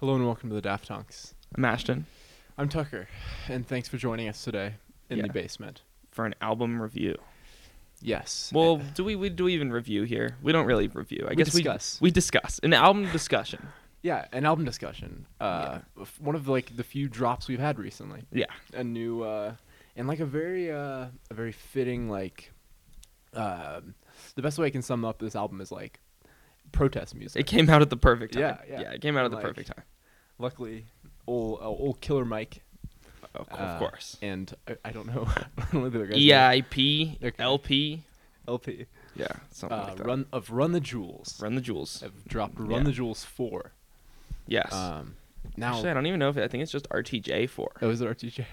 Hello and welcome to the Daft Punks. I'm Ashton I'm Tucker, and thanks for joining us today in the Yeah. basement. for an album review. Yes. Well, do we, we do we even review here? We don't really review. I We guess discuss. we we discuss an album discussion. yeah, an album discussion. Uh, f- One of like the few drops we've had recently. Yeah, A new uh, and like a very uh, a very fitting like. um the best way I can sum up this album is like protest music. it came out at the perfect time. Yeah, yeah. It came out at the Like, perfect time. Luckily, old uh, old Killer Mike Of, of uh, course. E and I, I don't know. I don't know the other guy's name. EIP, Okay. LP. LP Yeah, something uh, like that. Run, run of Run the Jewels. the jewels. I've dropped Run the Jewels four. Yes. Um, now Actually, I don't even know if it, I think it's just RTJ four. Oh, is it RTJ?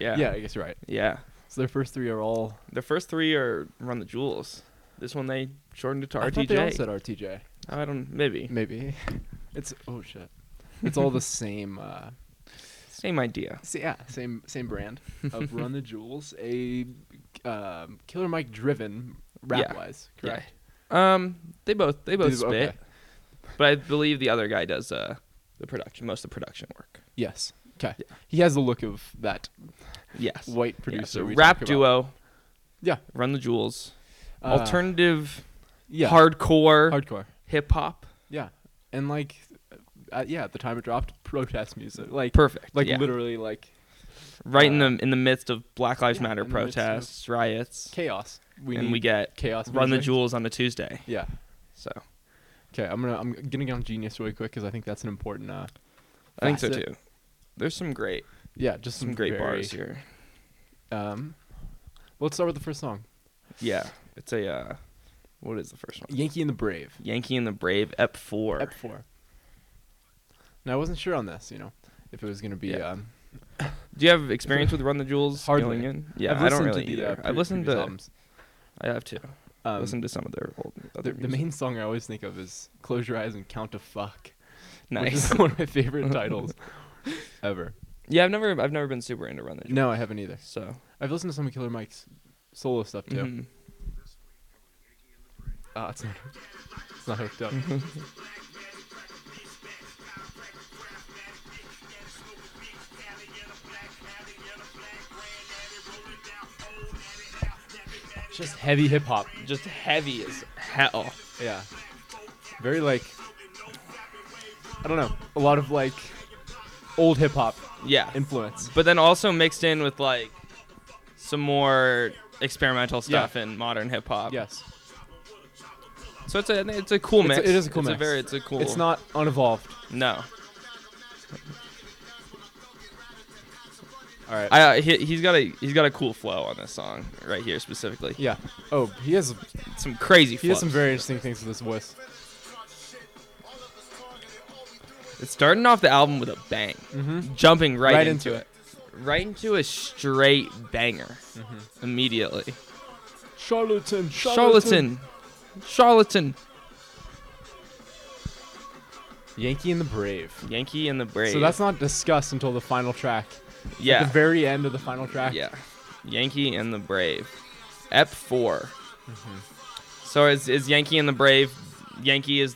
Yeah. yeah, I guess you're right. Yeah. So their first three are all. The first three are Run the Jewels. This one they shortened it to I RTJ. thought they all said RTJ. Oh, I don't maybe Maybe. It's oh shit. It's all the same. Uh, same idea. s- yeah, same same brand of Run the Jewels, a um, Killer Mike driven rap wise, Yeah. correct? Um, they both they both They- spit, okay. but I believe the other guy does uh the production most of the production work. Yes. Okay. Yeah. He has the look of that Yes, white Yeah, producer. so we rap talk about. duo. Yeah. Run the Jewels, Uh, alternative, Yeah. hardcore, Hardcore. hip hop. Yeah. And like, uh, yeah, at the time it dropped, protest music. Like, Perfect. like yeah. literally like right in uh, the in the midst of Black Lives yeah, Matter in the midst of- protests, riots, chaos. We and need we get chaos. Run the music. Jewels on a Tuesday. Yeah. So Okay, I'm gonna I'm gonna get on Genius really quick because I think that's an important. Uh, I think so facet. too. There's some great Yeah, just some great very, bars here. Um, well, let's start with the first song, Yeah, it's a uh, what is the first one? "Yankee and the Brave." Yankee and the Brave, Ep Four. Ep four. Now I wasn't sure on this, you know, if it was gonna be. Yeah. Um, Do you have experience with Run the Jewels? Hardly. going in? Yeah, I've I do not listened really to the, uh, either. pre- I've listened previous to. albums. I have too. Um, I've listened to some of their old. Other the, the main song I always think of is "Close Your Eyes and Count to Fuck." which is Nice. one of my favorite titles ever. yeah, I've never. I've never been super into Run the Jewels. No, I haven't either. So. I've listened to some of Killer Mike's solo stuff too. mhm. Ah, it's not. It's not hooked up. Just heavy hip hop. Just heavy as hell. Yeah. Very like. I don't know. A lot of like old hip hop Yeah. influence. But then also mixed in with like some more experimental stuff and modern hip hop. Yes. So it's a it's a cool It's mix. a- it is a cool it's mix. A very, it's a cool. It's not unevolved. No. All right. I uh, he, he's got a he's got a cool flow on this song right here specifically. yeah. Oh, he has Some crazy. he has some flows. very interesting things with his voice. It's starting off the album with a bang, jumping right, Mm-hmm. Right into, into it. right into a straight banger Mm-hmm. immediately. Charlatan. Charlatan, charlatan, Yankee and the Brave. Yankee and the Brave. So that's not discussed until the final track. At yeah, the very end of the final track. yeah, Yankee and the Brave, Ep 4 Mm-hmm. So is is Yankee and the Brave? Yankee is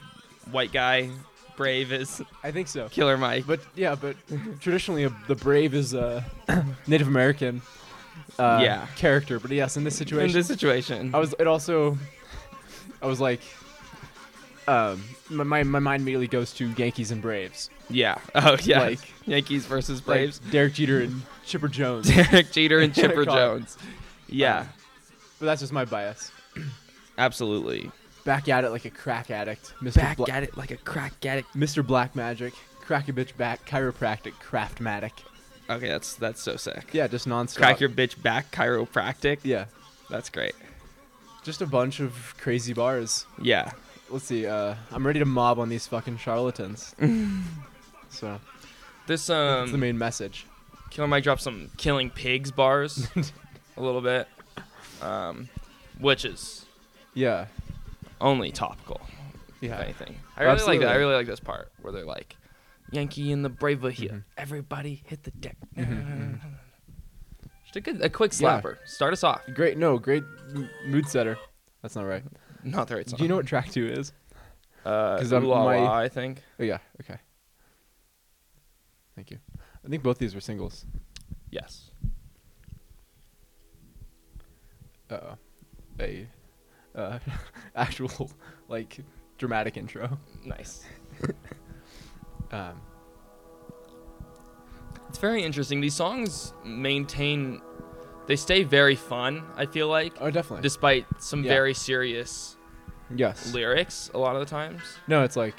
white guy, Brave is I think so. Killer Mike. But yeah, but traditionally a, the brave is a Native American uh, Yeah. character. But yes, in this situation, in this situation, I was it also, I was like, um, my my, my mind immediately goes to Yankees and Braves, yeah, oh yeah, like- Yankees versus Like Braves. Derek Jeter and Chipper Jones. Derek Jeter and Chipper God. Jones. Yeah, Um, but that's just my bias. absolutely. Back at it like a crack addict, Mr. Back Bla- at it like a crack at it. Mr. Black Magic, crack a bitch back, chiropractic, craftmatic. Okay, that's that's so sick. Yeah, just nonstop. Crack your bitch back chiropractic. yeah, That's great. just a bunch of crazy bars. Yeah. Let's see. Uh, I'm ready to mob on these fucking charlatans. so that's This the um main message. Killer Mike dropped some killing pigs bars a little bit. Um which is Yeah, only topical, if yeah. anything. I really like Absolutely. that. I really like this part where they're like Yankee and the Brave are Mm-hmm. here. Everybody hit the deck. Just a, good, a quick mm-hmm. Yeah. slapper. Start us off. Great. No, great m- mood setter. That's not right. Not the right song. Do you know what track two is? Uh, 'Cause ooh I'm- la my- la, I think. Oh yeah. Okay. Thank you. I think both these were singles. Yes. Uh, a uh, actual like dramatic intro. Nice. Um, It's very interesting. These songs maintain, they stay very fun. I feel like, oh, definitely. despite some Yeah. very serious yes. lyrics a lot of the times. No, it's like,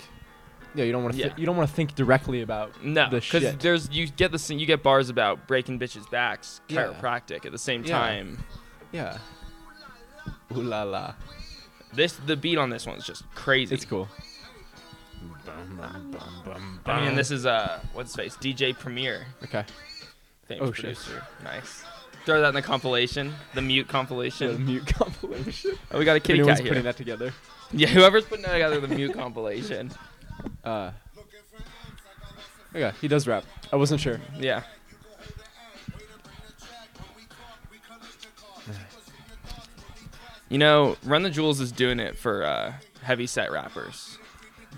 yeah, you don't want to. Yeah. you don't want to think directly about No, the because shit. there's you get the you get bars about breaking bitches' backs, Yeah. chiropractic at the same Yeah. time. Yeah. Ooh la la. This the beat on this one's just crazy. It's cool. I Um, mean, this is uh, what's his face DJ Premier, Okay. famous Oh, shit. producer. Nice. Throw that in the compilation, the mute The compilation. mute compilation. Oh, we got a kitty Anyone's cat here. putting that together. yeah, whoever's putting together the mute compilation. Uh, okay, he does rap. I wasn't sure. Yeah. You know, Run the Jewels is doing it for uh, heavy set rappers.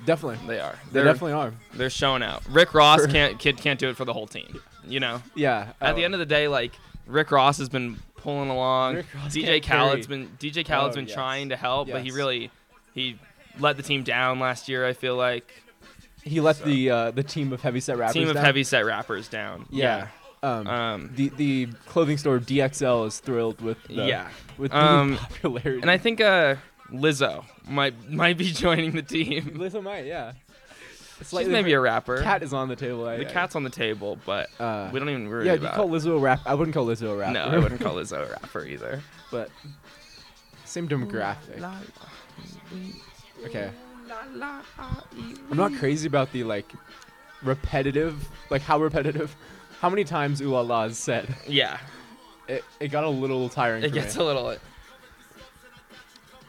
Definitely. They are. They They're definitely are. they're showing out. Rick Ross For- Oh. can't kid can't do it for the whole team. You know. Yeah. uh, At the end of the day, like Rick Ross has been pulling along. Rick Ross DJ can't Khaled's carry. been DJ Khaled's Oh, been yes. trying to help, but he Yes. really he let the team down last year. I feel like he let the uh, the team of heavyset rappers. team of down. heavy set rappers down. Yeah. Um, Um, the the clothing store DXL is thrilled with the, yeah. with Um, the popularity. And I think uh, Lizzo might might be joining the team. Lizzo might, yeah. She's maybe a rapper. cat is on the table. I, the I- cat's on the table, but Uh, we don't even worry yeah, you about. call Lizzo a rap. I wouldn't call Lizzo a it. rap. no, I wouldn't call Lizzo a rapper either. but same demographic. Okay. I'm not crazy about the like repetitive, like how repetitive, how many times ooh la la is said. Yeah, It, it got a little tiring. it for gets me. a little.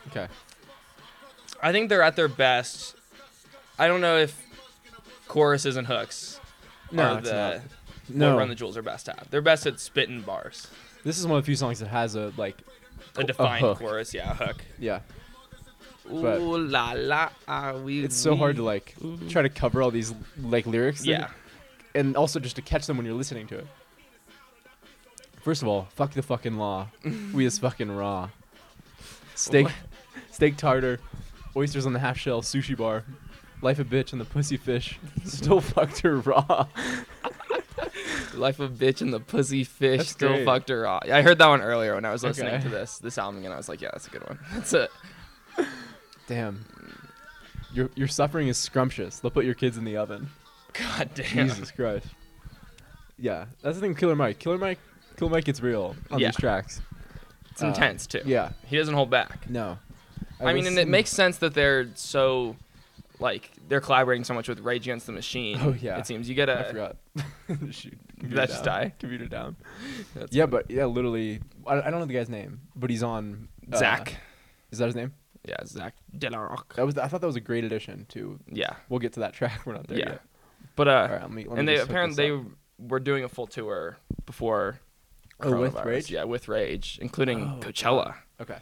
okay. I think they're at their best. I don't know if choruses and hooks No, are it's the Oh, not. what No, Run the Jewels are best at. They're best at spitting bars, this is one of the few songs that has Oh, a like, a defined hook. chorus. Yeah, a hook. yeah. But- Ooh la la, ah, we. It's so hard to like try to cover all these like lyrics. Yeah, and also just to catch them when you're listening to it. First of all, fuck the fucking law. we is fucking raw. Steak, What? steak tartar, oysters on the half shell, sushi bar, life a bitch and the pussy fish. Still fucked her raw. life of bitch and the pussy fish That's still great. fucked her off. I heard that one earlier when I was listening Okay. to this this album, and I was like, yeah, that's a good one. That's it. Damn. Your your suffering is scrumptious. They'll put your kids in the oven. God damn. Jesus Christ. Yeah, that's the thing. with Killer Mike. Killer Mike. Killer Mike gets real on Yeah. these tracks. It's Uh, intense too. Yeah. He doesn't hold back. No. I mean, and it listened- makes sense that they're so, like, they're collaborating so much with Rage Against the Machine. Oh, yeah. It seems you get I a. forgot. Shoot. Did I just down. die? Computer down. That's yeah, but yeah, literally, I, I don't know the guy's name, but he's on uh, Zach. Is that his name? yeah, Zach Delarocque. That was. I thought that was a great addition to. Yeah, We'll get to that track. We're not there Yeah. yet. but uh, All right, let me. Let me and they just hook apparently this they were doing a full tour before. Oh, with coronavirus. Rage? Yeah, with Rage, including Oh, Coachella. up. Okay.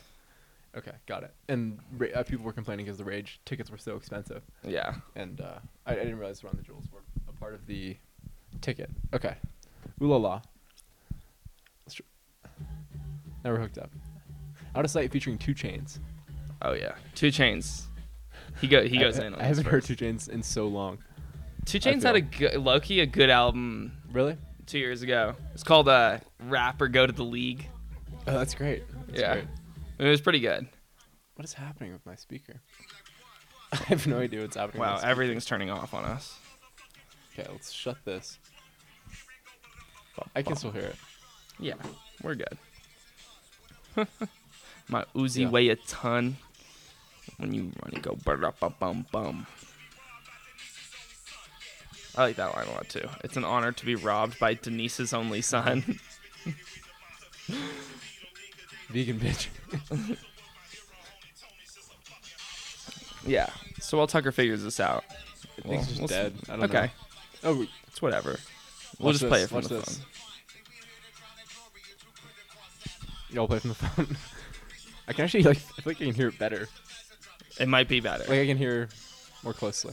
Okay, got it. And ra- uh, people were complaining because the Rage tickets were so expensive, Yeah, and uh, I, I didn't realize Run the Jewels were a part of the ticket. Okay. Ooh la la. Let's tr- now we're hooked up. Out of sight featuring two chains. oh yeah, Two Chains. He go he goes I, in. On I haven't this heard first. two chains in so long. Two Chains had a feel. good, Loki a good album Really? two years ago. It's called uh, Rap or Go to the League. Oh, that's great. That's yeah, great. it was pretty good. What is happening with my speaker? I have no idea what's happening. Wow, with my everything's turning off on us. speaker. Okay, let's shut this. I can still hear it. Yeah, we're good. My Uzi Yeah. weigh a ton. When you run, it go bum bum bum. I like that line a lot too. It's an honor to be robbed by Denise's only son. Vegan bitch. yeah. So while Tucker figures this out, Thing's we'll- just we'll s- dead. I don't okay, know. Oh, wait, it's whatever. We'll watch just play this, it from watch the this. phone. Y'all play from the phone. I can actually like. I feel like I can hear it better. It might be better. Like I can hear more closely.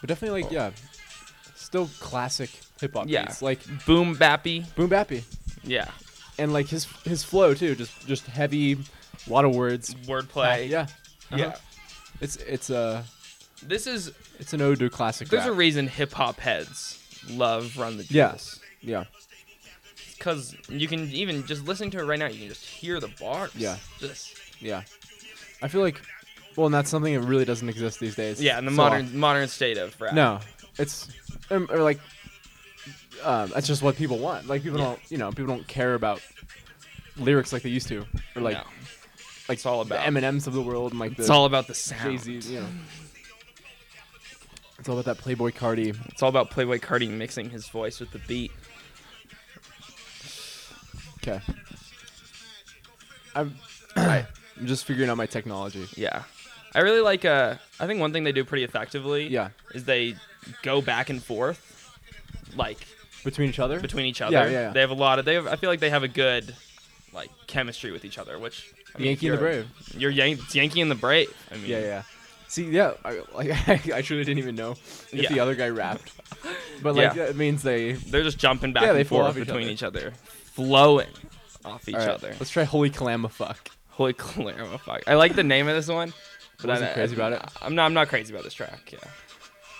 But definitely like yeah, still classic hip hop Oh. Yeah. beats like Boom bappy. boom bappy Yeah. and like his his flow too, just just heavy, a lot of words. Wordplay. Yeah, Uh-huh. Yeah. It's it's a This is it's an ode to classic. there's a rap. reason hip hop heads love Run the Jewels. Yes. yeah. Cause you can even just listening to it right now, you can just hear the bars. Yeah. Just Yeah. I feel like, well, and that's something that really doesn't exist these days. yeah, in the So, modern modern state of rap. No, it's um, or like, um, that's just what people want. Like people Yeah. don't, you know, people don't care about lyrics like they used to, or like No. like It's all about- the Eminems of the world and like the It's all about the sound. Jay Z. You know, it's all about that Playboy Cardi. It's all about Playboy Cardi mixing his voice with the beat. Okay. I'm, I'm just figuring out my technology. Yeah. I really like uh I think one thing they do pretty effectively Yeah, is they go back and forth like between each other. between each other. Yeah, yeah, yeah. They have a lot of they have I feel like they have a good like chemistry with each other, which I mean, if Yankee and the you're- Brave. You're Yan- it's Yankee and the Brave. I mean Yeah, yeah. See, yeah, I, like, I truly didn't even know if Yeah. the other guy rapped, but like Yeah. that means they. They're just jumping back Yeah, they and flow forth off each between other. each other. Flowing off each All right, other. Let's try Holy Kalama Fuck. Holy Clarima fuck. I like the name of this one. But Wasn't I, crazy about it. I'm not I'm not crazy about this track, yeah.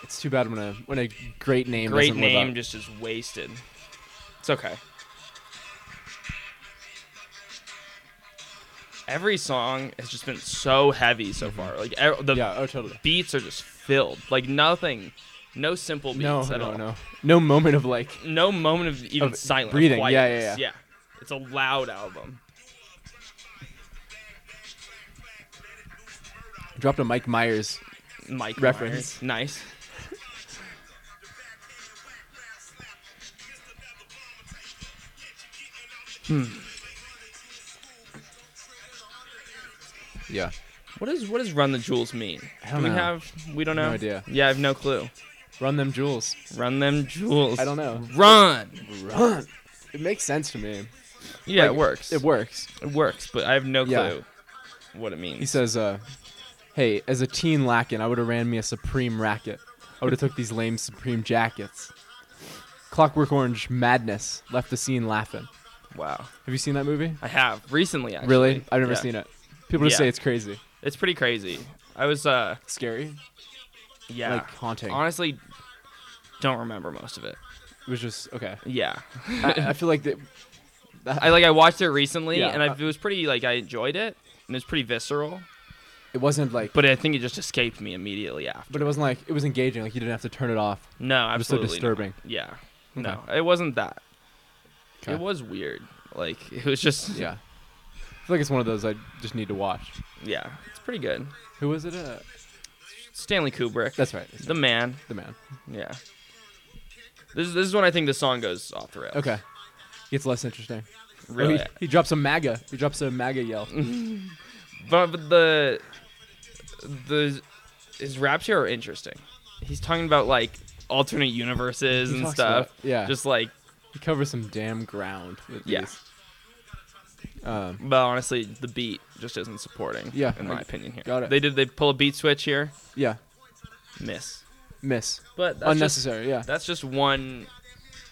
It's too bad when a when a great name. great doesn't live name up. just is wasted. It's okay. Every song has just been so heavy so far. Like ev- the Mm-hmm. yeah. Oh, totally. beats are just filled. Like nothing, no simple beats No, at no, all. no, no moment of like. No moment of even Of silence. breathing, yeah, yeah, quietness. yeah. Yeah. It's a loud album. Dropped a Mike Myers. Mike Reference. Myers. Nice. Yeah. What is what does Run the Jewels mean? I don't Do we know. have we don't know. No idea. Yeah, I have no clue. Run them jewels. Run them jewels. I don't know. Run. Run. It makes sense to me. Yeah, Like, it works. It works. It works, but I have no clue Yeah. what it He means. says, uh, "Hey, as a teen lackin', I would have ran me a Supreme racket. I would have took these lame Supreme jackets. Clockwork Orange madness left the scene laughing. Wow. Have you seen that movie? I have recently actually. really? I've never Yeah. seen it. People just Yeah. say it's crazy, It's pretty crazy. I was uh scary, yeah. like haunting. Honestly don't remember most of it. it was just okay. Yeah. I, I feel like that. that- I like I watched it recently Yeah. and I, it was pretty like I enjoyed it and it's pretty visceral, it wasn't like, but, but I think it just escaped me immediately after. it wasn't like it was engaging. Like you didn't have to turn it off. No, It was so absolutely. not. disturbing. Yeah. No, it wasn't that. Okay. It was weird. Like it was just Yeah. I feel like it's one of those I just need to watch. yeah. It's pretty good. Who was it? Uh, Stanley Kubrick. that's right. it's the man. the man. Yeah. This is, this is when I think the song goes off the rails. Okay. Gets less interesting. Oh, Really. He, he drops a MAGA. He drops a MAGA yell. But, but the the his raps here are interesting. He's talking about like alternate universes He and talks stuff. about- yeah. Just like He covers some damn ground. With Yeah. these. Um, but honestly, the beat just isn't supporting Yeah, in I my opinion here. got it. They did they pull a beat switch here. yeah. Miss. Miss. But that's just, Unnecessary. yeah. that's just one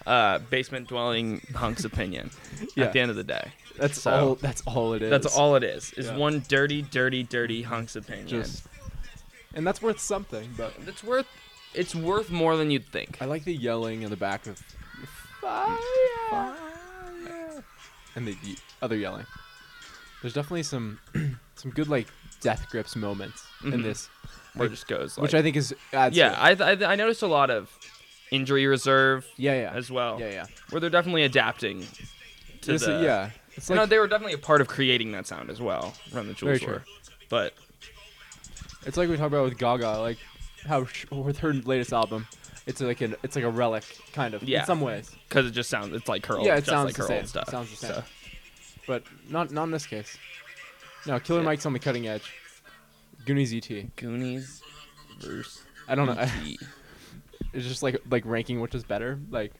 uh, basement dwelling hunk's opinion Yeah. at the end of the day. That's so- all. That's all it is. That's all it is. Is Yeah. one dirty, dirty, dirty hunk's opinion. Just. And that's worth something. But It's worth it's worth more than you'd think. I like the yelling in the back of. Fire. And the y- other yelling. There's definitely some, some good like death grips moments in Mhm. this, Where it just goes like which I think is adds to Yeah, it. I, th- I I noticed a lot of injury reserve yeah, yeah, as well. yeah, yeah. Where they're definitely adapting to This- the yeah, it's You like know, they were definitely a part of creating that sound as well. Run the Very jewels true. were. But It's like we talked about with Gaga, like how sh- with her latest album, it's like an it's like a relic kind of Yeah. in some ways, because it just sounds it's like her old Yeah, it just sounds like the her same. old stuff. Sounds the same. So, but not not in this case. No, Killer Yeah. Mike's on the cutting edge. Goonies ET. Goonies versus E I don't know. I- E.T.. it's just like like ranking which is better. Like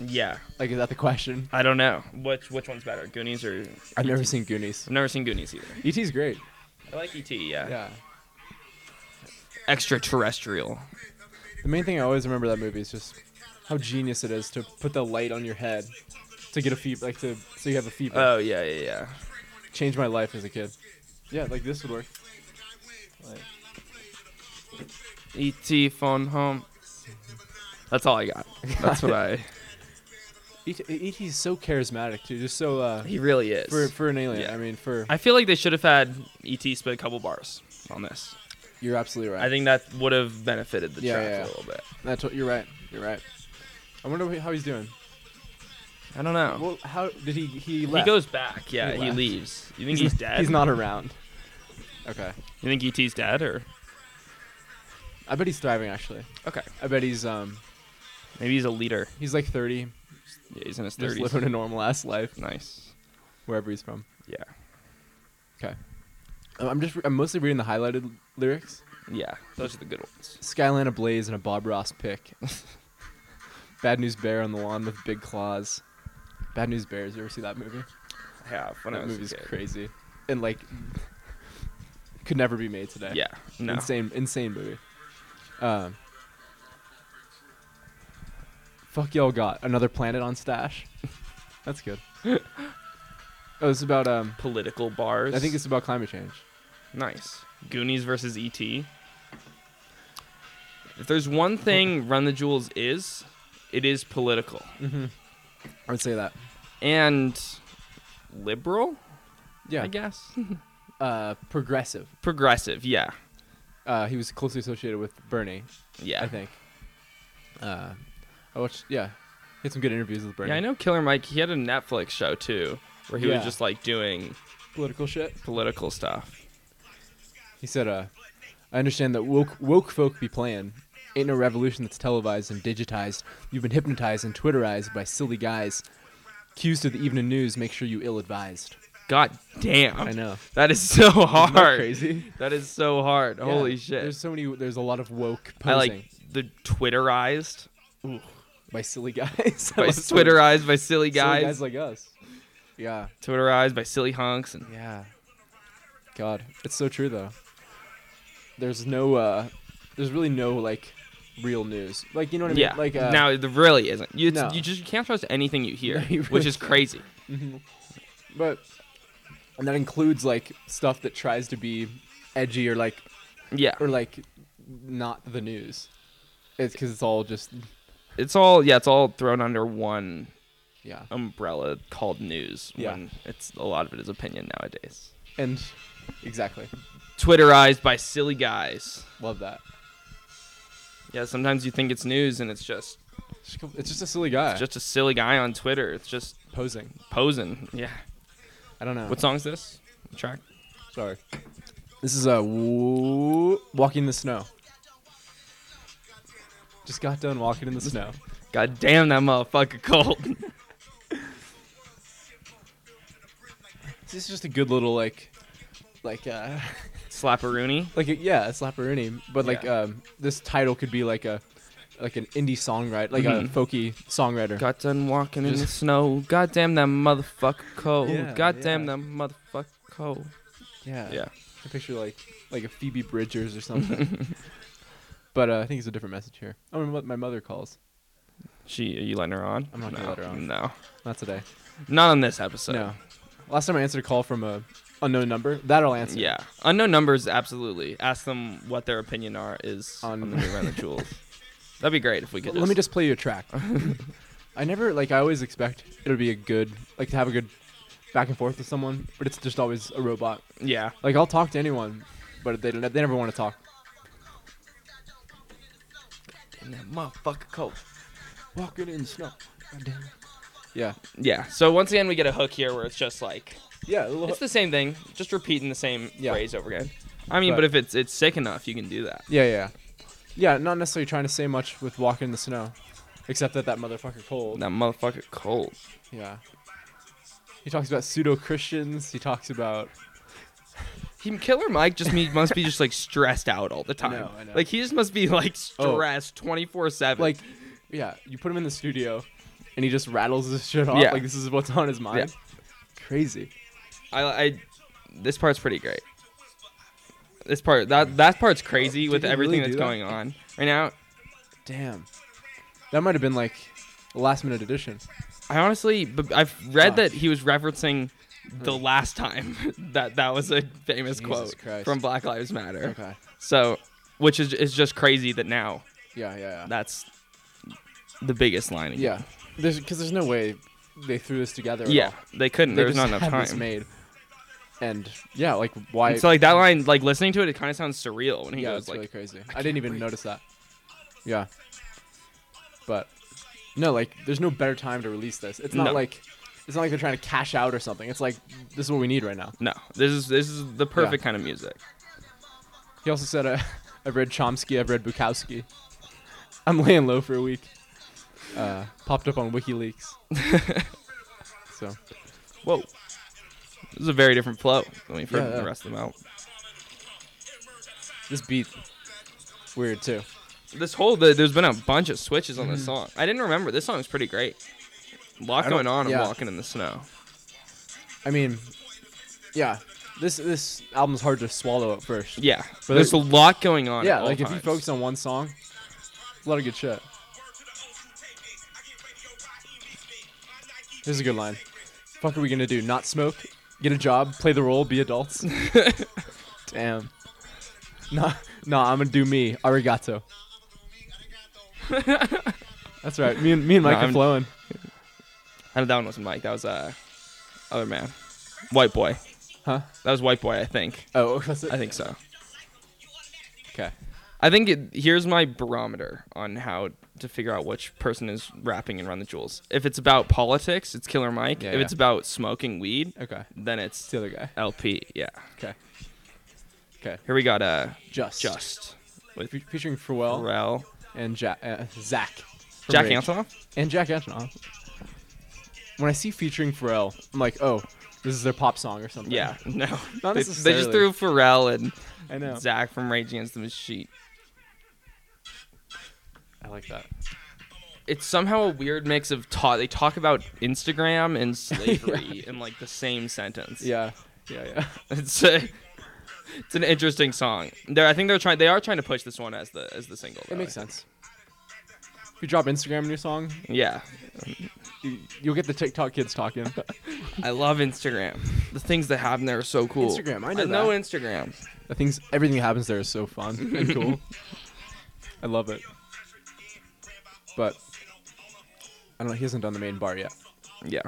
yeah, like is that the question? I don't know which which one's better, Goonies or I've never E.T.. seen Goonies. I've never seen Goonies either. ET's E great. I like ET. Yeah. Yeah. Extraterrestrial. The main thing I always remember that movie is just how genius it is to put the light on your head to get a fever, like to so you have a fever. Oh yeah, yeah, yeah. Changed my life as a kid. Yeah, like this would work. Like, E.T. phone E home. That's all I got. That's what I. E.T. E.T. is so charismatic too, just so uh, He really is. for for an alien. Yeah. I mean, for I feel like they should have had ET spit a couple bars on this. you're absolutely right. I think that would have benefited the Yeah, track yeah, yeah. a little bit. that's what you're right. You're right. I wonder wh- how he's doing. I don't know. Well, how did he he Um, he left? goes back. Yeah, He he, left. leaves. You think he's, n- dead? He's not around. Okay, You think ET's dead or? I bet he's thriving actually. Okay. I bet he's um Maybe he's a leader. he's like 30, Yeah, he's in his just thirties. living a normal ass life Nice. wherever he's from. Yeah. Um, I'm just re- I'm mostly reading the highlighted l- lyrics. Yeah. Those are the good ones. Skyline ablaze and a Bob Ross pick. Bad News Bear on the lawn with big claws. Bad News Bears. You ever see that movie? I have when I that was movie's a kid. crazy and like could never be made today. Yeah. No. Insane, insane movie. Um, fuck y'all got another planet on stash. That's good. oh, it's about um. Political bars. I think it's about climate change. nice. Goonies versus ET. If there's one thing Run the Jewels is, it is political Mm-hmm. I would say that. and liberal. Yeah. I guess. Uh, progressive. Progressive, yeah. Uh, he was closely associated with Bernie, Yeah. I think. Uh, I watched. Yeah, he had some good interviews with Bernie. Yeah, I know Killer Mike, he had a Netflix show too, where he Yeah. was just like doing Political shit. political stuff. He said, uh, I understand that woke, woke folk be playing. Ain't no revolution that's televised and digitized. You've been hypnotized and Twitterized by silly guys. Cues to the evening news make sure you ill advised. God damn. I know. That is so hard. Isn't that crazy? That is so hard. Holy Yeah, shit. There's so many, there's a lot of woke posing I like the Twitterized. by silly guys. I By love silly- Twitterized by silly silly guys. guys like us. Yeah. Twitterized by silly hunks and Yeah. God, it's so true though. There's no, uh, there's really no like real news. Like, you know what I mean? yeah, Like, uh, now it really isn't. You, it's- no. you just you can't trust anything you hear, No, you which really is crazy. But and that includes like stuff that tries to be edgy or like Yeah, or like not the news. It's because it's all just it's all yeah, it's all thrown under one yeah. Oh. umbrella called news Yeah. when it's a lot of it is opinion nowadays. And exactly, Twitterized by silly guys. love that. Yeah, sometimes you think it's news and it's just It's just- It's just a silly guy it's just a silly guy on Twitter. It's just posing. posing. Yeah. I don't know. What song is this? Track? Sorry. This is a wo- walking in the snow. Just got done walking in the snow. God damn that motherfucker cold. This is just a good little like, like uh, Slapperoony. like a, yeah, it's Slapperini, but like Yeah. um, this title could be like a like an indie songwriter, like a Mhm. folky songwriter. Got done walking in the Just- snow. God damn that motherfucker cold. Yeah, God damn yeah. that motherfucker cold. Yeah, Yeah. I picture like like a Phoebe Bridgers or something. but uh, I think it's a different message here. I mean, what my mother calls. She are you letting her on? I'm not gonna no, let her on. No. Not today. Not on this episode. no. Last time I answered a call from a unknown number, that'll answer. Yeah, unknown numbers. Absolutely, ask them what their opinion are is on, On- the new Round of Jewels. That'd be great if we could. L- Let me just play you a track. I never like I always expect it'll be a good like to have a good back and forth with someone, but it's just always a robot. Yeah, Like I'll talk to anyone, but they don't- they never want to talk. and that motherfucker coat. Walking in the snow. Goddamn. Yeah. Yeah. So once again, we get a hook here where it's just like Yeah. a little- it's the same thing, just repeating the same Yeah. phrase over again. I mean, but Right. if it's it's sick enough, you can do that. yeah, yeah. Yeah, not necessarily trying to say much with walking in the snow, except that that motherfucker cold. That motherfucker cold. Yeah. He talks about pseudo Christians. He talks about He killer Mike just me must be just like stressed out all the time. know, I know. Like he just must be like Oh. stressed twenty four seven. like, yeah. You put him in the studio, and he just rattles this shit off. Yeah. Like this is what's on his mind. Crazy. I, I this part's pretty great. This part that that part's crazy Did with he everything really that's do that? going on right now. Damn. That might have been like a last minute addition. I honestly, but I've read Fuck. that he was referencing the last time that that was a famous Jesus quote Christ. from Black Lives Matter. Okay. So, which is is just crazy that now Yeah, yeah, yeah. that's the biggest line. again. Yeah. There's because there's no way they threw this together. At yeah, all. they couldn't. They there was just not enough had this time. Made. And yeah, like why? And so like that line, like listening to it, it kind of sounds surreal when he yeah, goes it's like, really crazy. I, "I didn't can't even breathe." notice that. Yeah. But no, like there's no better time to release this. It's not No. like it's not like they're trying to cash out or something. It's like this is what we need right now. "No, this is this is the perfect kind of music." He also said, uh, "I've read Chomsky, I've read Bukowski. I'm laying low for a week." Uh, popped up on WikiLeaks. so Whoa, this is a very different flow than we've heard Yeah, yeah. the rest of them out. this beat weird too. This whole the, there's been a bunch of switches on this song. I didn't remember this song's pretty great. A lot Mm-hmm. I don't- going on. yeah. I'm walking in the snow. I mean, yeah, this this album's hard to swallow at first. Yeah, But there's a there- lot going on. yeah, at all like if you times. focus on one song, it's a lot of good shit. This is a good line. Fuck, are we gonna do? Not smoke, get a job, play the role, be adults. Damn. Nah, nah, I'm gonna do me. Arigato. That's right. Me and me and Nah, Mike are I'm- flowing. I know that one wasn't Mike. That was uh, other man, white boy. Huh? That was white boy. I think. Oh, that's it. I think so. Okay. I think it, here's my barometer on how to figure out which person is rapping and run the jewels. If it's about politics, it's Killer Mike. Yeah, if yeah. it's about smoking weed, Okay. then It's it's the other guy. LP. Yeah. Okay. Okay. Here we got uh Just. Just with Fe- Featuring Pharrell Pharrell, and ja- uh, Zach. from Jack Rage. Antonoff. and Jack Antonoff. When I see featuring Pharrell, I'm like, oh, this is their pop song or something. Yeah. No. Not they, they just necessarily. threw Pharrell and I know. Zach from Rage Against the Machine. I like that. It's somehow a weird mix of talk. They talk about Instagram and slavery in like the same sentence. Yeah, yeah, yeah. It's a, it's an interesting song. There, I think they're trying. They are trying to push this one as the as the single. It though. makes sense. If you drop Instagram in your song, Yeah, you, you'll get the TikTok kids talking. I love Instagram. The things that happen there are so cool. Instagram, I know know that. Instagram. the things, everything that happens there is so fun and cool. I love it. But I don't know. He hasn't done the main bar yet. Yeah.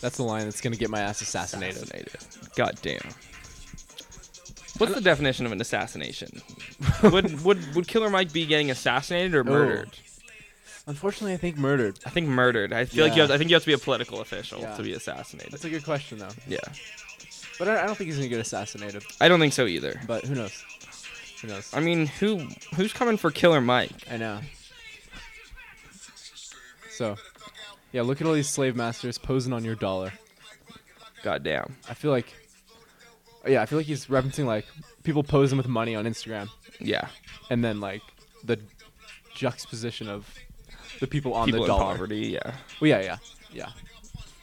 That's the line that's gonna get my ass assassinated. Assassinated. God damn. What's the definition of an assassination? would would would Killer Mike be getting assassinated Oh. or murdered? Unfortunately, I think murdered. I think murdered. I feel like you Yeah. have, I think you have to be a political official Yeah. to be assassinated. That's a good question though. yeah. But I, I don't think he's gonna get assassinated. I don't think so either. But who knows? Who knows? I mean, who who's coming for Killer Mike? I know. So, yeah, look at all these slave masters posing on your dollar. God damn. I feel like, yeah, I feel like he's referencing like people posing with money on Instagram, Yeah. and then like the juxtaposition of the people on People the in dollar. poverty. Yeah. Well, yeah, yeah, yeah.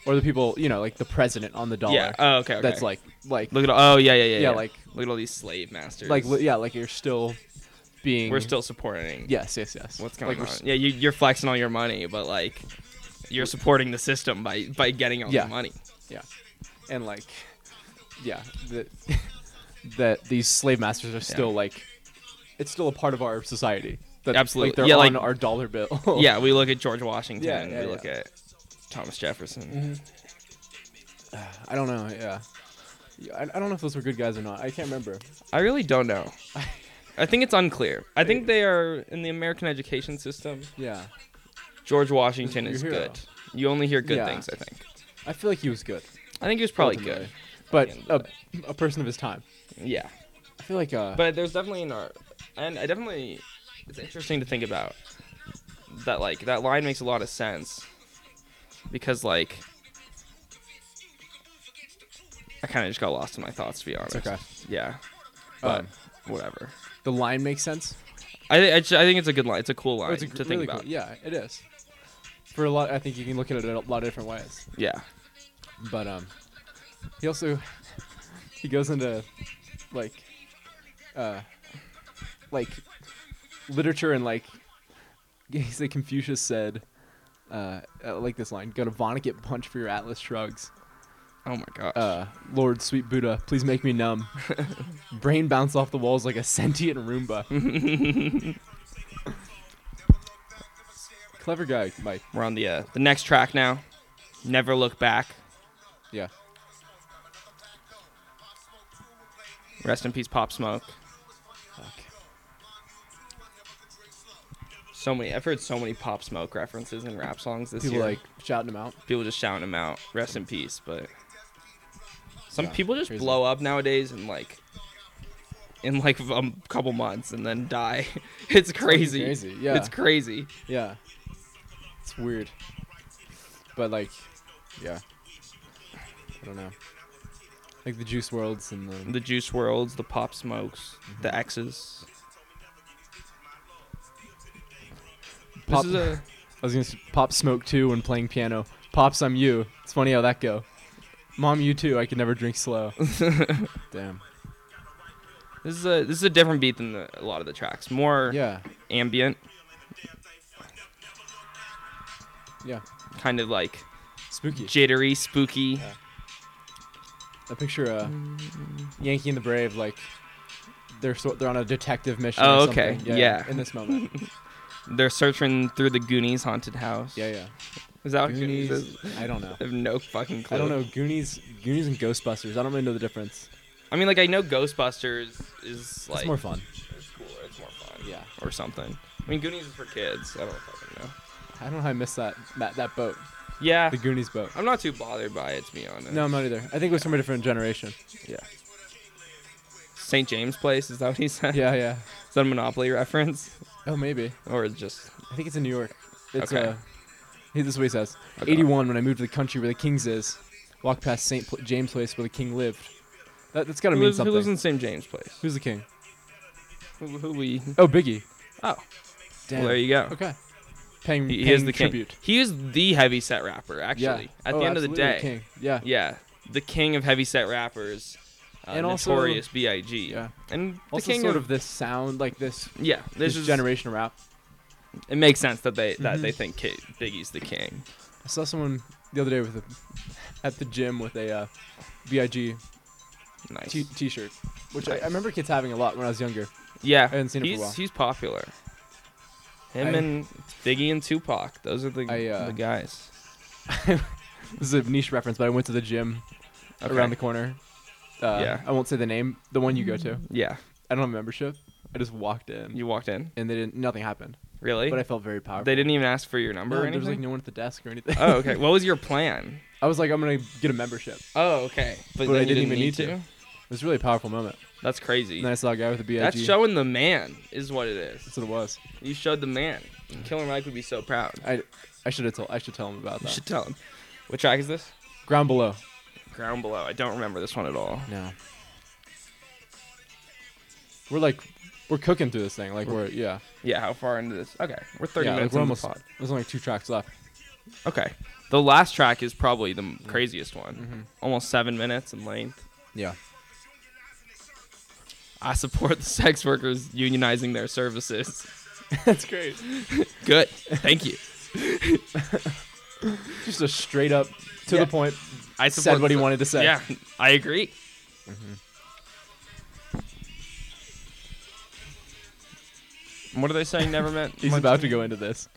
Or the people, you know, like the president on the dollar. Yeah. Oh, okay, okay. That's like, like, Look at all, oh yeah yeah yeah Yeah, like- look at all these slave masters. like, li- yeah, like you're still being. we're still supporting. Yes, yes, yes. What's like, going we're on? s- Yeah, you, you're flexing all your money, but like, you're supporting the system by by getting all Yeah. the money. Yeah, and like, yeah, that that these slave masters are still like, it's still a part of our society. That, Absolutely. like, they're Yeah, on like- our dollar bill. Yeah, we look at George Washington. Yeah, yeah, we look yeah. at Thomas Jefferson. I don't know. Yeah, Yeah, I, I don't know if those were good guys or not. I can't remember. I really don't know. I think it's unclear. I think they are in the American education system. Yeah, George Washington is Your hero. good. You only hear good Yeah. things. I think. I feel like he was good. I think he was probably ultimately. good. but end a, of a person of his time. Yeah. I feel like uh, but there's definitely an art and i definitely it's interesting to think about that like that line makes a lot of sense because like i kind of just got lost in my thoughts to be honest okay. yeah but Um, whatever the line makes sense. I, th- I, ju- I think it's a good line it's a cool line Oh, it's a to gr- think really about cool. Yeah, it is. For a lot, I think you can look at it a lot of different ways. yeah But um, he also he goes into like uh like literature and like he said Confucius said uh, I like this line go to Vonnegut punch for your atlas shrugs Oh my gosh. uh, Lord sweet Buddha please make me numb brain bounce off the walls like a sentient Roomba clever guy Mike We're on the uh, the next track now. Never look back. yeah Rest in peace, Pop Smoke. So many. I've heard so many Pop Smoke references in rap songs this people year. like shouting him out people just shouting him out. Rest in peace. But some Yeah, people just crazy. blow up nowadays and like in like a couple months and then die. It's crazy. crazy, yeah. It's crazy. Yeah. It's weird. But like yeah. I don't know. Like the juice worlds and the, The Juice Worlds, the Pop Smokes, the Mm-hmm. X's. pop This is a I was gonna say pop smoke too when playing piano. Pops I'm you. It's funny how that go. Mom you too, I can never drink slow. Damn. This is a this is a different beat than the, a lot of the tracks. More Yeah. ambient, Yeah. kind of like Spooky. jittery, spooky. Yeah. I picture uh Mm. Yankee and the Brave like they're sort they're on a detective mission. or Oh, okay. something. Yeah. In this moment. They're searching through the Goonies haunted house. Yeah, yeah. Is that what Goonies? Goonies. is? I don't know. I have no fucking clue. I don't know Goonies, Goonies and Ghostbusters. I don't really know the difference. I mean, like I know Ghostbusters is like it's more fun. It's cooler. It's more fun. Yeah. Or something. I mean, Goonies is for kids. I don't fucking know. I don't know how I missed that that, that boat, Yeah. the Goonies boat. I'm not too bothered by it to be honest. No, I'm not either. I think it was from a different generation. Yeah. St. James Place is that what he said? Yeah, yeah. Is that a Monopoly reference Oh, maybe. or just I think it's in New York. It's Okay. uh, he- this is what he says. Okay. 81 when I moved to the country where the Kings is, walked past St. Pl- James Place where the King lived. That, that's got to who mean lives, who something. lives in St. James Place? Who's the king? Who, who we? Oh, Biggie. Oh, Damn. well, there you go. Okay. Paying, He, he paying is the king. tribute. He is the heavy set rapper, Yeah. actually. At Oh, the end of the absolutely, day, King. Yeah. yeah, the king of heavy set rappers, uh, And also- notorious B.I.G. Yeah. and the Also king sort of, this sound, like this, yeah. this, This is generation of rap. It makes sense that they that Mhm. they think Kid, Biggie's the king. I saw someone the other day with a at the gym with a uh, Big Nice. t- t-shirt, which I, Nice. I remember kids having a lot when I was younger. yeah, hadn't seen him for a he's while. he's popular. Him I- and Biggie and Tupac, those are the I, uh, the guys. This is a niche reference, but I went to the gym around the corner. Uh, Yeah. I won't say the name, the one you go to. yeah, I don't have a membership. I just walked in, you walked in. and they didn't. Nothing happened, Really? but I felt very powerful. They didn't even ask for your number No, or there was like anything. no one at the desk or anything. oh, okay. What was your plan? I was like, I'm gonna get a membership. It Oh, okay. But, But then I you didn't even need to. was a really powerful moment. That's crazy. And then I saw a guy with a BIG. That's showing the man is what it That's is. what it was. You showed the man. Killer Mike would be so proud. I I should have told. I should tell him about You that. should tell him. What track is this? Ground below. Ground Below. I don't remember this one at all. No. We're like, we're cooking through this thing. Like we're yeah. Yeah, how far into this? Okay, we're 30 yeah, like, minutes we're into almost. the pod. There's only two tracks left. Okay. The last track is probably the Mm-hmm. m- craziest one. Almost seven minutes in length. Yeah. I support the sex workers unionizing their services. That's great. Good. Thank you. Just a straight up, to Yeah. the point. I Said support what he the- wanted to say. Yeah, I agree. What are they saying? Never meant. Mm-hmm. He's much- about to go into this.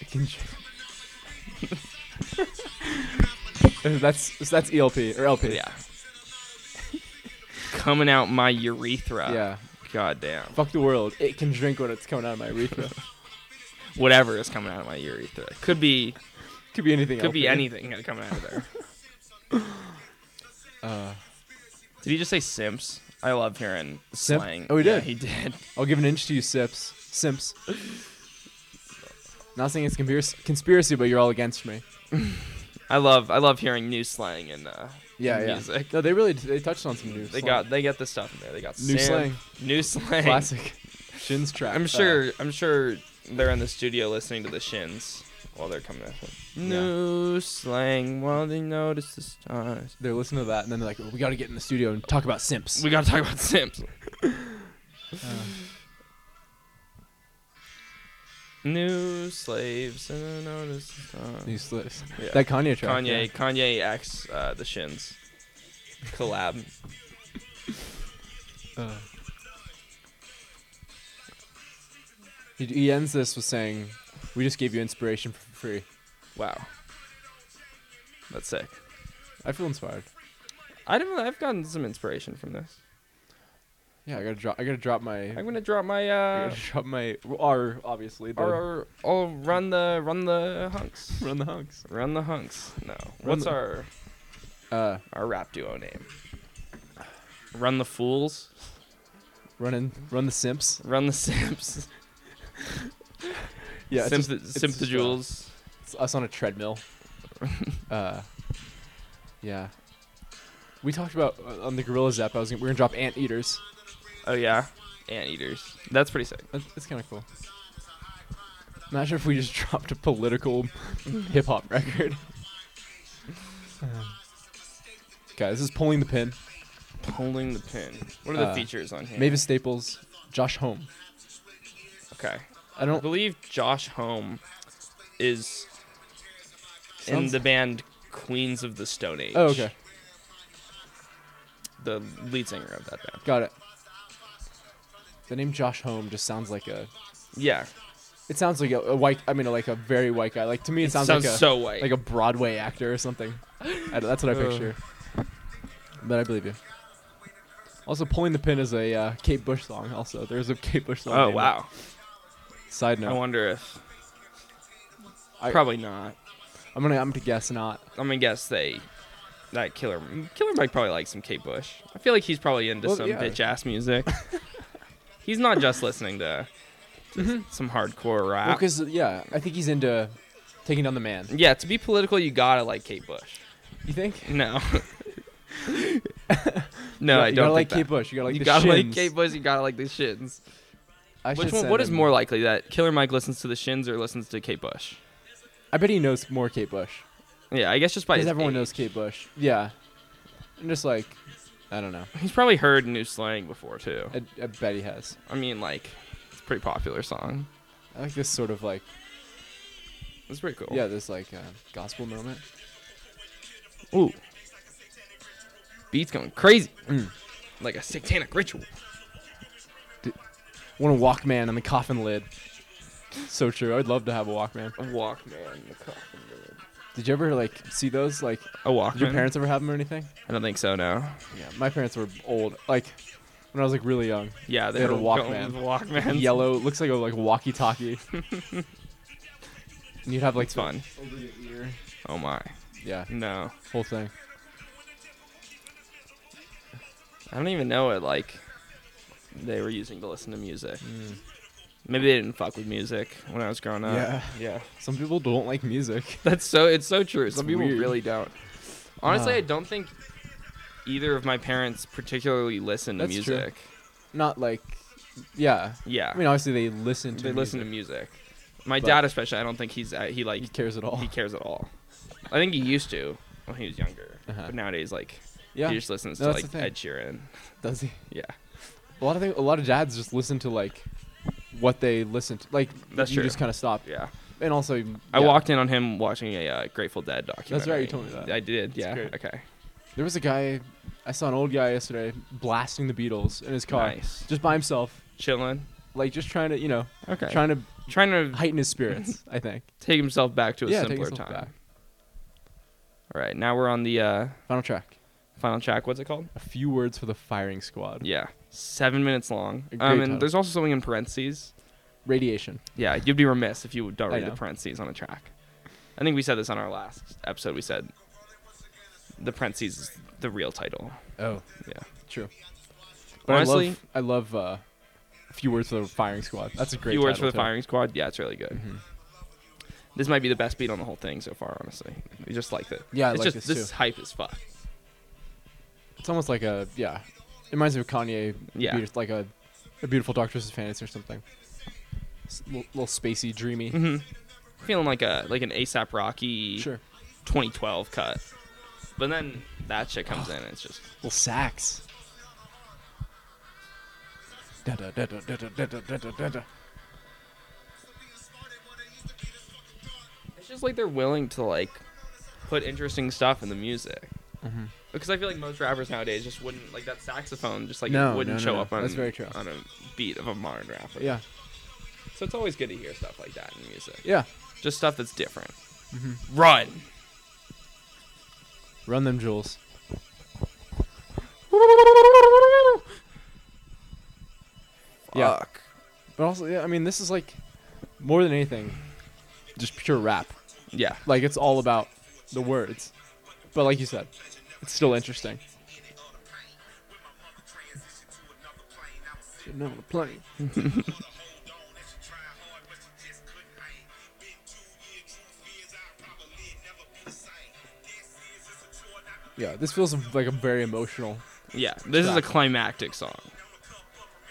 I can j- that's that's ELP or LP. Yeah. Coming out my urethra. Yeah. God damn. Fuck the world. It can drink when it's coming out of my urethra. Whatever is coming out of my urethra. Could be. Could be anything. Could be LP. anything coming out of there. Uh, Did he just say simps? I love hearing Simp? slang. Oh, he Yeah, did. he did. I'll give an inch to you, Sips. Simps. Not saying it's conspiracy, conspiracy, but you're all against me. I love. I love hearing new slang and uh, Yeah, in yeah. music. No, they really they touched on some new. They slang. got. They got the stuff in there. They got New simp, slang. New slang. classic. Shins trap. I'm uh, sure. I'm sure they're in the studio listening to the Shins. while they're coming at them. Yeah. New slang while they notice the stars. They're listening to that, and then they're like, "We got to get in the studio and talk about simps." Uh, We gotta talk about Sims. New slaves and I notice the stars. These slips. Yeah. That Kanye track. Kanye, yeah. Kanye acts uh, the Shins collab. Uh, he, he ends this with saying, "We just gave you inspiration for free." wow, that's sick. I feel inspired. I don't. I've gotten some inspiration from this. Yeah, I gotta drop. I gotta drop my. I'm gonna drop I my. Uh, gotta drop my R. Obviously, the or, or, or run the run the hunks. run the hunks. Run the hunks. No. What's the- our Uh, our rap duo name? Run the fools. run in, run the simps. Run the simps. Yeah, it's Simp just- the, it's simp the just, uh, jewels. It's us on a treadmill. uh, yeah. We talked about uh, on the Gorilla Zap. I was gonna, we're gonna drop ant eaters. Oh yeah, ant eaters. That's pretty sick. That's, that's kind of cool. Imagine if we just dropped a political hip hop record. Okay, this is pulling the pin. Holding the pin. What are the Uh, features on here? Mavis Staples, Josh Home. Okay. I I don't. believe Josh Home is in Sounds- the band Queens of the Stone Age. Oh, okay, The lead singer of that band. got it. The name Josh Home just sounds like a. Yeah. It sounds like a, a white. I mean, like a very white guy. Like to me, it, sounds, like a so white. like a Broadway actor or something. I, that's what I Uh. picture. But I believe you. Also, pulling the pin is a uh, Kate Bush song. Also, there's a Kate Bush song. oh named wow. it. Side I note. wonder if. I- Probably not. I'm gonna I'm gonna guess not. I'm gonna guess they. That killer, Killer Mike probably likes some Kate Bush. I feel like he's probably into Well, some yeah. bitch ass music. he's not just listening to, to some hardcore Mm-hmm. Well, rap. 'cause, yeah, I think he's into taking down the man. yeah, to be political, you gotta like Kate Bush. You think? No. no, you, I you don't gotta like think that. Kate Bush. You gotta like you the gotta like Shins. Kate Bush. You gotta like the Shins. I Which should one? send What is him- more likely that Killer Mike listens to the Shins or listens to Kate Bush? I bet he knows more Kate Bush Yeah, I guess just by because his everyone age. knows Kate Bush. Yeah, I'm just like, I don't know. He's probably heard New Slang before too. I, I bet he has. I mean, like, it's a pretty popular song. I like this sort of like It's pretty cool. yeah, this like uh, gospel moment. Ooh. Beats going crazy. Mm. Like a satanic ritual. Want a Walkman on the coffin lid. So true. I'd love to have a Walkman. A Walkman. in The coffin lid. Did you ever like see those? Like, a Walkman. did your parents ever have them or anything? I don't think so. No. Yeah, my parents were old. Like, when I was like really young, Yeah, they, They had a going Walkman. with Walkman. yellow looks like a like walkie-talkie. and you'd have like It's fun. Over your ear. Oh my. Yeah, No. whole thing. I don't even know what like they were using to listen to music. Mm. Maybe they didn't fuck with music when I was growing up. Yeah. yeah. Some people don't like music. That's so. It's so true. It's Some people weird. really don't. Honestly, Uh. I don't think either of my parents particularly listen to That's true. music. Not like, yeah. Yeah, I mean, obviously they listen to. they listen to music. music. My But- dad, especially, I don't think he's uh, he like He cares at all. he cares at all. I think he used to when he was younger, Uh-huh. but nowadays like Yeah. he just listens No, to that's like the thing. Ed Sheeran. Does he? Yeah, A lot of things, a lot of dads just listen to like what they listen to. Like That's you true. just kind of stop. yeah. And also, yeah. I walked in on him watching a uh, Grateful Dead documentary. right, you told me that. I did. That's yeah. great. Okay. There was a guy, I saw an old guy yesterday blasting the Beatles in his car, Nice. just by himself, Chilling. like just trying to, you know, Okay. Trying, trying to to heighten his spirits. I think. take himself back to a Yeah, take simpler yourself time. back. All right. Now we're on the uh, Final track. final track. What's it called? A few words for the firing squad. Yeah. Seven minutes long. A great Um, and title. there's also something in parentheses. Radiation. Yeah, you'd be remiss if you don't I read the know. parentheses on a track. I think we said this on our last episode. We said the parentheses is the real title. Oh, Yeah. true. Honestly- I love, I love uh, a few words for the firing squad. That's a great. Few words for title, the too. firing squad. Yeah, it's really good. Mhm. This might be the best beat on the whole thing so far, honestly. We just like it. Yeah, I it's like just this, is hype as fuck. It's almost like a yeah. It reminds me of Kanye. Yeah. Beaut- like a, a beautiful Doctor's Fantasy or something. S- little, little spacey, dreamy. hmm feeling like a like an ASAP Rocky Sure. 2012 cut. But then that shit comes in. And it's just Little sax. Da da da da da da da da da da. it's just like they're willing to like put interesting stuff in the music. Mhm. Because I feel like most rappers nowadays just wouldn't like that saxophone. Just like No, it wouldn't no, no, show no. up on That's very true. on a beat of a modern rapper. Yeah. So it's always good to hear stuff like that in music. Yeah. Just stuff that's different. Run. Run them jewels. Yeah. Fuck. But also, yeah, I mean, this is like more than anything, just pure rap. Yeah. Like it's all about the words. But like you said, it's still interesting. Sitting on the plane. Yeah, this feels like a very emotional. Yeah. This is a Track. climactic song.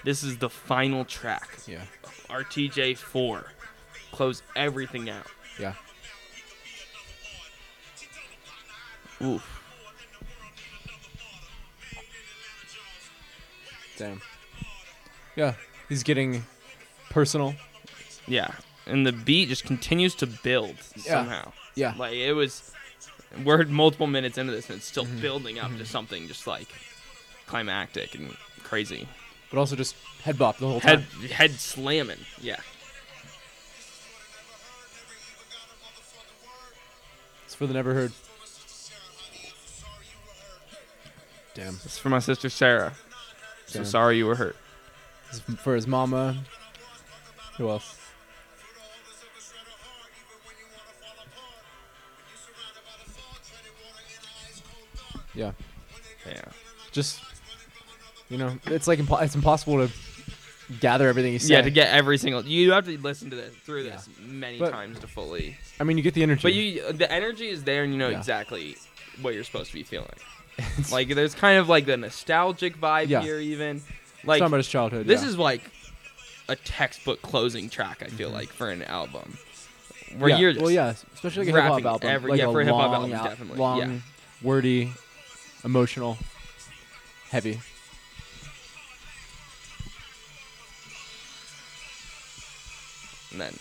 This is the final track. Yeah. RTJ four. Close everything out. Yeah. Oof. Damn. Yeah, he's getting personal. Yeah. And the beat just continues to build Yeah. somehow. Yeah. Like it was we're multiple minutes into this and it's still building up to something just like climactic and crazy. But also just head bop the whole time. Head head slamming. Yeah. It's for the never heard. Damn. It's for my sister Sarah. So Damn. sorry you were hurt. It's for his mama. Who else? Yeah. Yeah. Just you know, it's like impo- it's impossible to gather everything he said. Yeah, to get every single you have to listen to this through this many But- times to fully. I mean, you get the energy. But you the energy is there and you know Yeah. exactly what you're supposed to be feeling. like there's kind of like the nostalgic vibe Yeah. here even. It's Like talking about his childhood. This yeah. is like a textbook closing track. I feel like for an album, Mm-hmm. where yeah. you're just well, yeah, especially like a hip hop wrapping album. every- like yeah, a for a hip-hop long album, al- definitely, Long, yeah. wordy, emotional, heavy. and then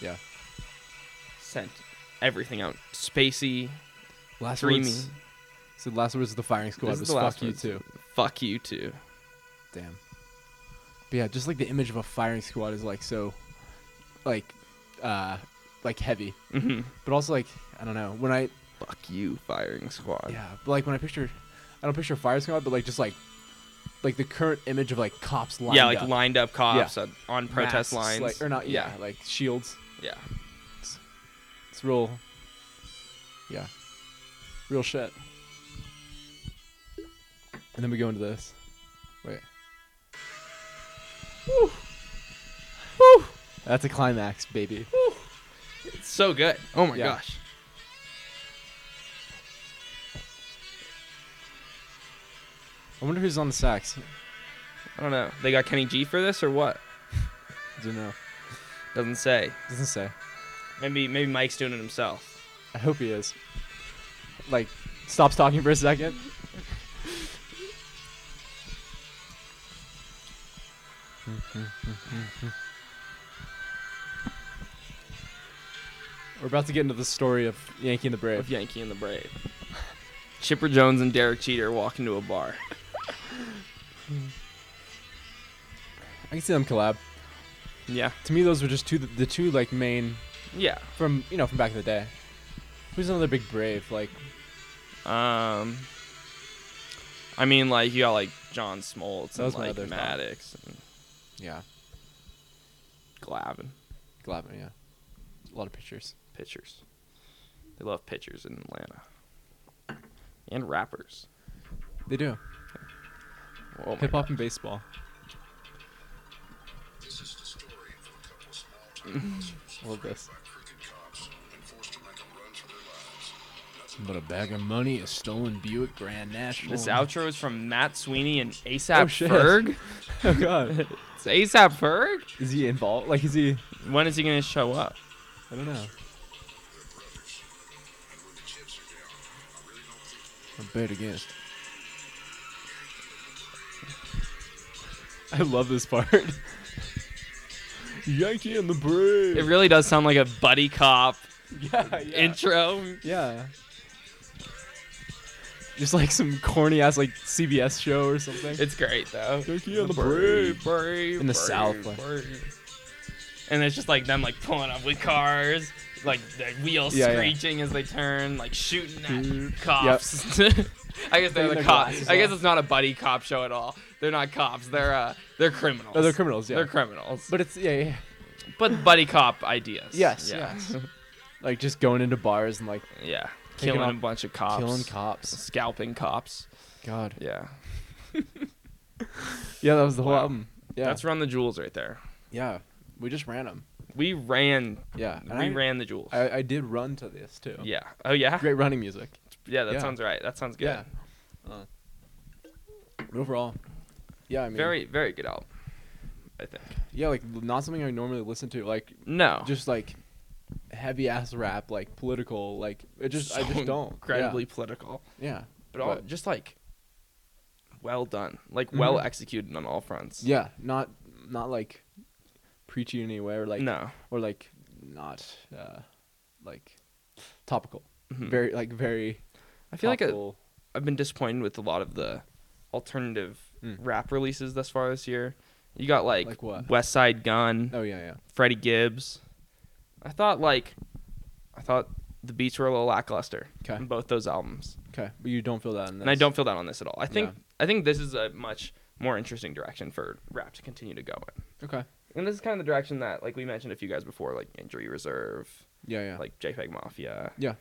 Yeah. sent everything out spacey, Last dreamy. words. So the last words of the firing squad This is was the last "fuck you words. too." Fuck you too. Damn. But yeah, just like the image of a firing squad is like so, like, uh, like heavy, hmm but also like I don't know when I Fuck you, firing squad. yeah, but like when I picture, I don't picture firing squad, but like just like, like the current image of like cops lined yeah, like up, lined up cops on- on masks, protest lines, like, or not, yeah, like shields. yeah. It's real. Yeah. Real shit. And then we go into this. Wait. Woo. Woo. That's a climax, baby. It's so good. Oh my Yeah. gosh. I wonder who's on the sax. I don't know. They got Kenny G for this or what? Don't know. Doesn't say. Doesn't say. Maybe maybe Mike's doing it himself. I hope he is. Like, stops talking for a second. We're about to get into the story of Yankee and the Of Brave. Yankee and the Brave. Chipper Jones and Derek Cheater walk into a bar. I can see them collab. Yeah. To me, those were just two the two like main Yeah. from you know from back in the day. Who's another big Brave? Like, Um, I mean, like you got like John Smoltz That and was my like other thought. Maddox and yeah, Glavin collab. Yeah, a lot of pictures. pitchers. They love pitchers in Atlanta and rappers. They do Oh my hip hop and baseball. This is the story of a couple small-town hustlers I love this. by crooked cops and forced to make a run for their lives. Nothing But a bag of money, a stolen Buick Grand National. Oh, This outro is from Matt Sweeney and ASAP shit. Ferg. Oh god. It's ASAP Ferg. Is he involved? Like, is he? When is he gonna show up? I don't know. I bet against. I love this part. Yankee and the Brave. It really does sound like a buddy cop yeah, yeah. intro. yeah. Just like some corny ass like CBS show or something. It's great though. Yankee and the Brave. brave, In the South, like- brave. And it's just like them like pulling up with cars, like the wheels Yeah, yeah. screeching as they turn, like shooting Mm, at cops. I guess Taking they're the their cops. glasses I guess off. it's not a buddy cop show at all. They're not cops. They're uh, they're criminals. Oh, they're criminals. Yeah. They're criminals. But, But it's yeah, yeah, yeah. buddy cop ideas. Yes, Yeah. yes. Like just going into bars and like yeah. Taking Killing a off- bunch of cops. killing cops. Scalping cops. God. Yeah. Yeah, that was the whole Wow. album. Yeah. That's Run the Jewels right there. Yeah. We just ran them. We ran. Yeah. and we I, ran the Jewels. I, I did run to this too. yeah. Oh yeah. Great running music. Yeah, that Yeah. sounds right. That sounds good. Yeah. But overall, yeah, I mean, Very, very good album. I think. yeah, like not something I normally listen to. Like No. just like heavy ass rap, like political, like it just I So just don't Incredibly political, Yeah. yeah. but all But- just like well done, like well Mhm. executed on all fronts. Yeah, not not like preachy in any way or like no. or like not uh like topical. Mhm. Very like very I feel like i topical. I've been disappointed with a lot of the alternative Mm. rap releases thus far this year. You got like, Like what? West Side Gun, Oh yeah, yeah. Freddie Gibbs. I thought like, I thought the beats were a little lackluster 'Kay. in both those albums. Okay. But you don't feel that in this. and I don't feel that on this at all. I think Yeah. I think this is a much more interesting direction for rap to continue to go in. Okay. And this is kind of the direction that, like we mentioned a few guys before, like Injury Reserve, Yeah, yeah. like JPEG Mafia, yeah,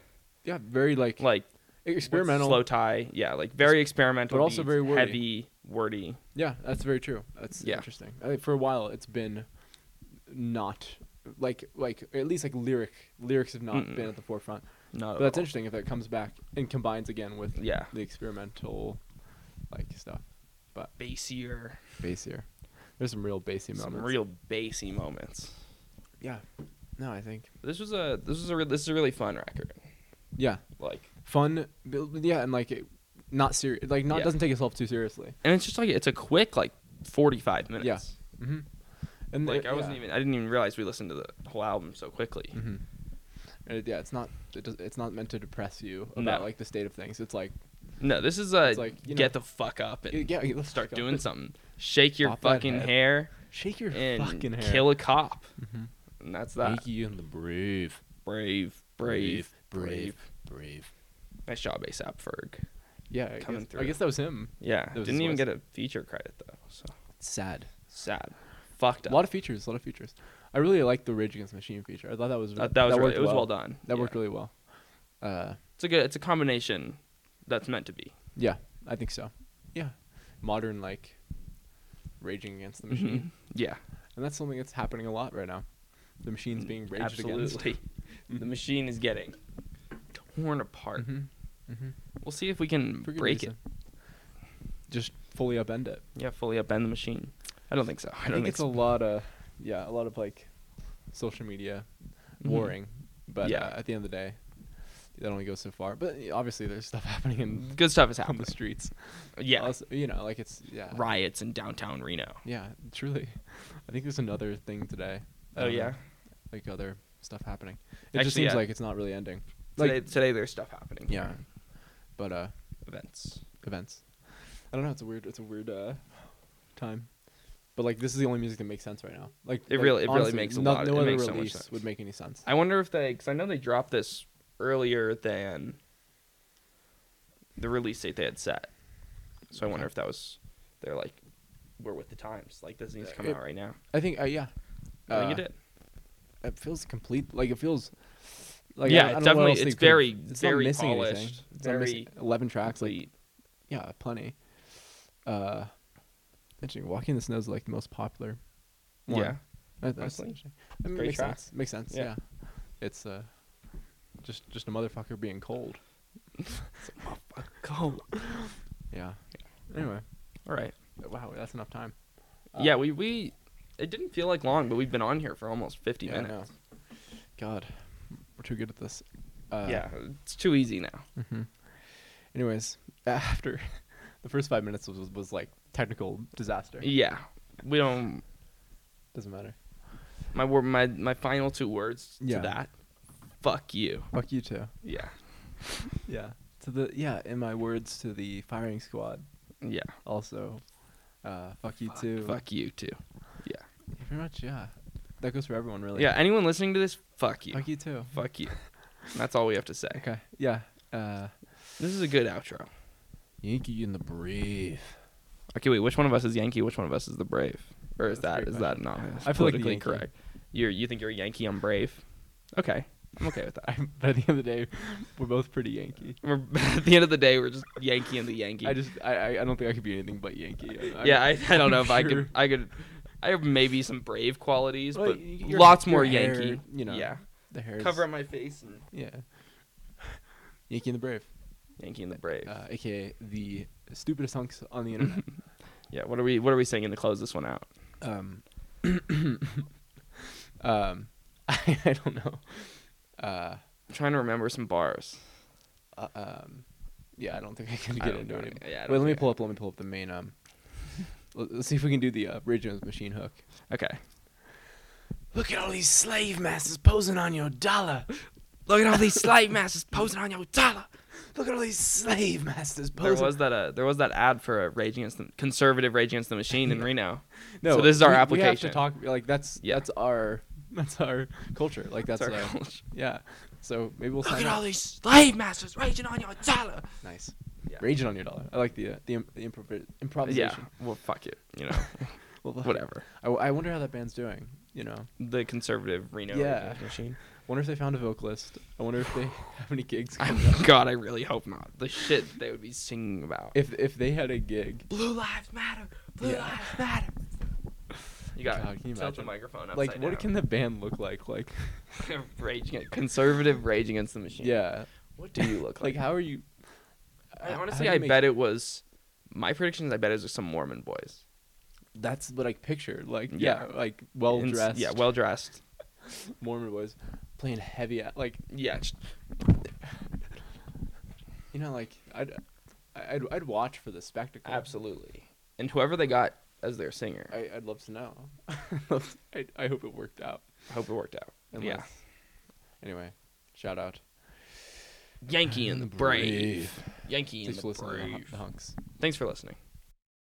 very like, like experimental. slow tie, yeah, like very experimental, but also beats, very wordy. heavy, wordy. Yeah, that's very true. That's Yeah. interesting. I think for a while it's been not like like at least like lyric lyrics have not Mm-mm. been at the forefront. No, But that's interesting if that comes back and combines again with Yeah, the experimental like stuff. bassier, Bassier. There's some real bassy some moments. real bassy moments. yeah. No, I think. This was a this was a re- this is a really fun record. Yeah. Like, Fun bu- yeah, and like it, not serious like not Yeah. doesn't take itself too seriously. and it's just like it's a quick like forty five minutes. hmm And Like uh, I wasn't yeah. even I didn't even realize we listened to the whole album so quickly. Mhm. And it- yeah, it's not it does, it's not meant to depress you No. about like the state of things. It's like No, this is a It's like, you get the fuck up and yeah, let's start go. doing something. Shake your Pop that fucking head. hair Shake your and fucking hair. kill a cop. Mhm. And that's that. you and the brave, Brave, brave, brave, brave. Nice job, ASAP Ferg. Yeah, I Coming guess, I through. guess that was him. Yeah, That was his didn't even voice. get a feature credit though. So Sad. sad. Fucked A up. lot of features. A lot of features. I really liked the Rage Against the Machine feature. I thought that was really, that, that was really, worked it was well, done. That Yeah. worked really well. Uh, It's a good. It's a combination that's meant to be. yeah, I think so. Yeah, modern like raging against the machine, Mhm. Yeah, and that's something that's happening a lot right now. The machine's being raged against. Mm, absolutely. the machine is getting torn apart. Mhm. Mhm. We'll see if we can For good break reason. Just fully upend it. it. Yeah, fully upend the machine. I don't think so. I I don't think it's a so. lot of yeah, a lot of like social media warring, but Mm-hmm. Yeah. uh, at the end of the day, that only goes so far. But uh, obviously, there's stuff happening in good stuff is on happening. the streets. Mm-hmm. Yeah, Also, you know, like it's yeah, riots in downtown Reno. yeah, truly. I think there's another thing today. I Oh don't know, yeah, like other stuff happening. It just Actually, seems yeah. like it's not really ending. Like today, today there's stuff happening. yeah, but uh, events. events. I don't know. It's a weird. It's a weird uh, time. But like, this is the only music that makes sense right now. Like, It like, really- it really honestly, makes a no, lot- No it other makes so much release sense. would make any sense. I wonder if they, because I know they dropped this earlier than the release date they had set. So I wonder Okay. if that was they're like we're with the times. Like this needs to come It- out right now. I think. Uh, yeah. I think Uh, it did. it feels complete. Like it feels. Like, Yeah, I, I it's don't know what definitely- else they it's could've- very- it's very not missing anything. polished, It's not missing- very eleven tracks. Like, Complete. yeah, plenty. Uh, interesting. Walking in the snow is like the most popular. one. yeah, That- that's honestly. interesting. I mean, Great makes track. sense. Makes sense. Yeah. Yeah. It's uh, just just a motherfucker being cold. "Oh, cool. Yeah. Anyway, All right. wow, that's enough time. yeah, we we It didn't feel like long, but we've been on here for almost 50 Yeah, I know. minutes. God, we're too good at this. Uh, yeah, it's too easy now. Anyways, after the first five minutes was, was, like technical disaster. Yeah, we don't. Doesn't matter. My wor- my my final two words Yeah. to that. Fuck you. Fuck you too. Yeah, Yeah. To the yeah, in my words to the firing squad. yeah. Also, uh, fuck you too. Fuck you too. Pretty much yeah. That goes for everyone really. Yeah. Anyone listening to this? Fuck you. Fuck you too. Fuck you. That's all we have to say. Okay. Yeah. Uh, This is a good outro. Yankee in the brave. Okay, wait. Which one of us is Yankee? Which one of us is the Brave? Or That's is a that great is that not I feel like the politically Yankee. correct? You you think you're a Yankee? I'm Brave. Okay, I'm okay with that. But at the end of the day, we're both pretty Yankee. We're, at the end of the day, we're just Yankee and the Yankee. I just I, I- I don't think I could be anything but Yankee. I- I'm- yeah, I, I don't know if I sure. could I could I have maybe some Brave qualities, Well, but y- your- lots your more hair, Yankee. you know, yeah, The hair. is- cover up my face and Yeah. Yankee and the brave, Yankee and the Brave. uh, aka the stupidest hunks on the internet. yeah, what are we what are we singing to close this one out? um, um, I, I don't know. Uh, I'm trying to remember some bars. uh, um, yeah, I don't think I can I get don't into know it. any- yeah, I Wait, don't let me think I- pull up. Let me pull up the main. Um, let- let's see if we can do the uh, Ray Jones machine hook. Okay. Look at all these slave masters posing on your dollar. Look at all these slave masters posing on your dollar. Look at all these slave masters There posing. was that uh, there was that ad for a Rage Against the conservative Rage Against the Machine in Reno. No, so this is our we- We have to application. talk like that's Yeah. that's our that's our culture. Like that's, That's our our culture. yeah. So maybe we'll Look sign at up. all these slave masters raging on your dollar. nice. Yeah. Raging on your dollar. I like the uh, the, im- the improv- Yeah. improvisation. Well, fuck it. You know, Well, fuck it. whatever. I, I wonder how that band's doing. You know, The conservative Reno Yeah. Rage Against the Machine. wonder if they found a vocalist. I wonder if they have any gigs. I, coming up. God, I really hope not. The shit they would be singing about. If if they had a gig, Blue lives matter. Blue Yeah. lives matter. You got God, can you tilt the imagine? microphone upside like what down. can the band look like? Like Rage Against- conservative Rage Against the Machine. yeah, What do you look like? like how are you? I, how do honestly, you I make- bet it was. My predictions, I bet it was some Mormon boys. that's what I picture. Like yeah, Yeah. like well Ins- dressed. Yeah, well dressed. Mormon boys playing heavy a- like Yeah. just- you know like I'd I'd, I'd watch for the spectacle. Absolutely. And whoever they got as their singer, I, I'd love to know. I, I hope it worked out. I hope it worked out. Unless- Anyway, shout out. Yankee and the Brave. Yankee and Thanks the for listening to the Hun- Brave. the hunks. Thanks for listening.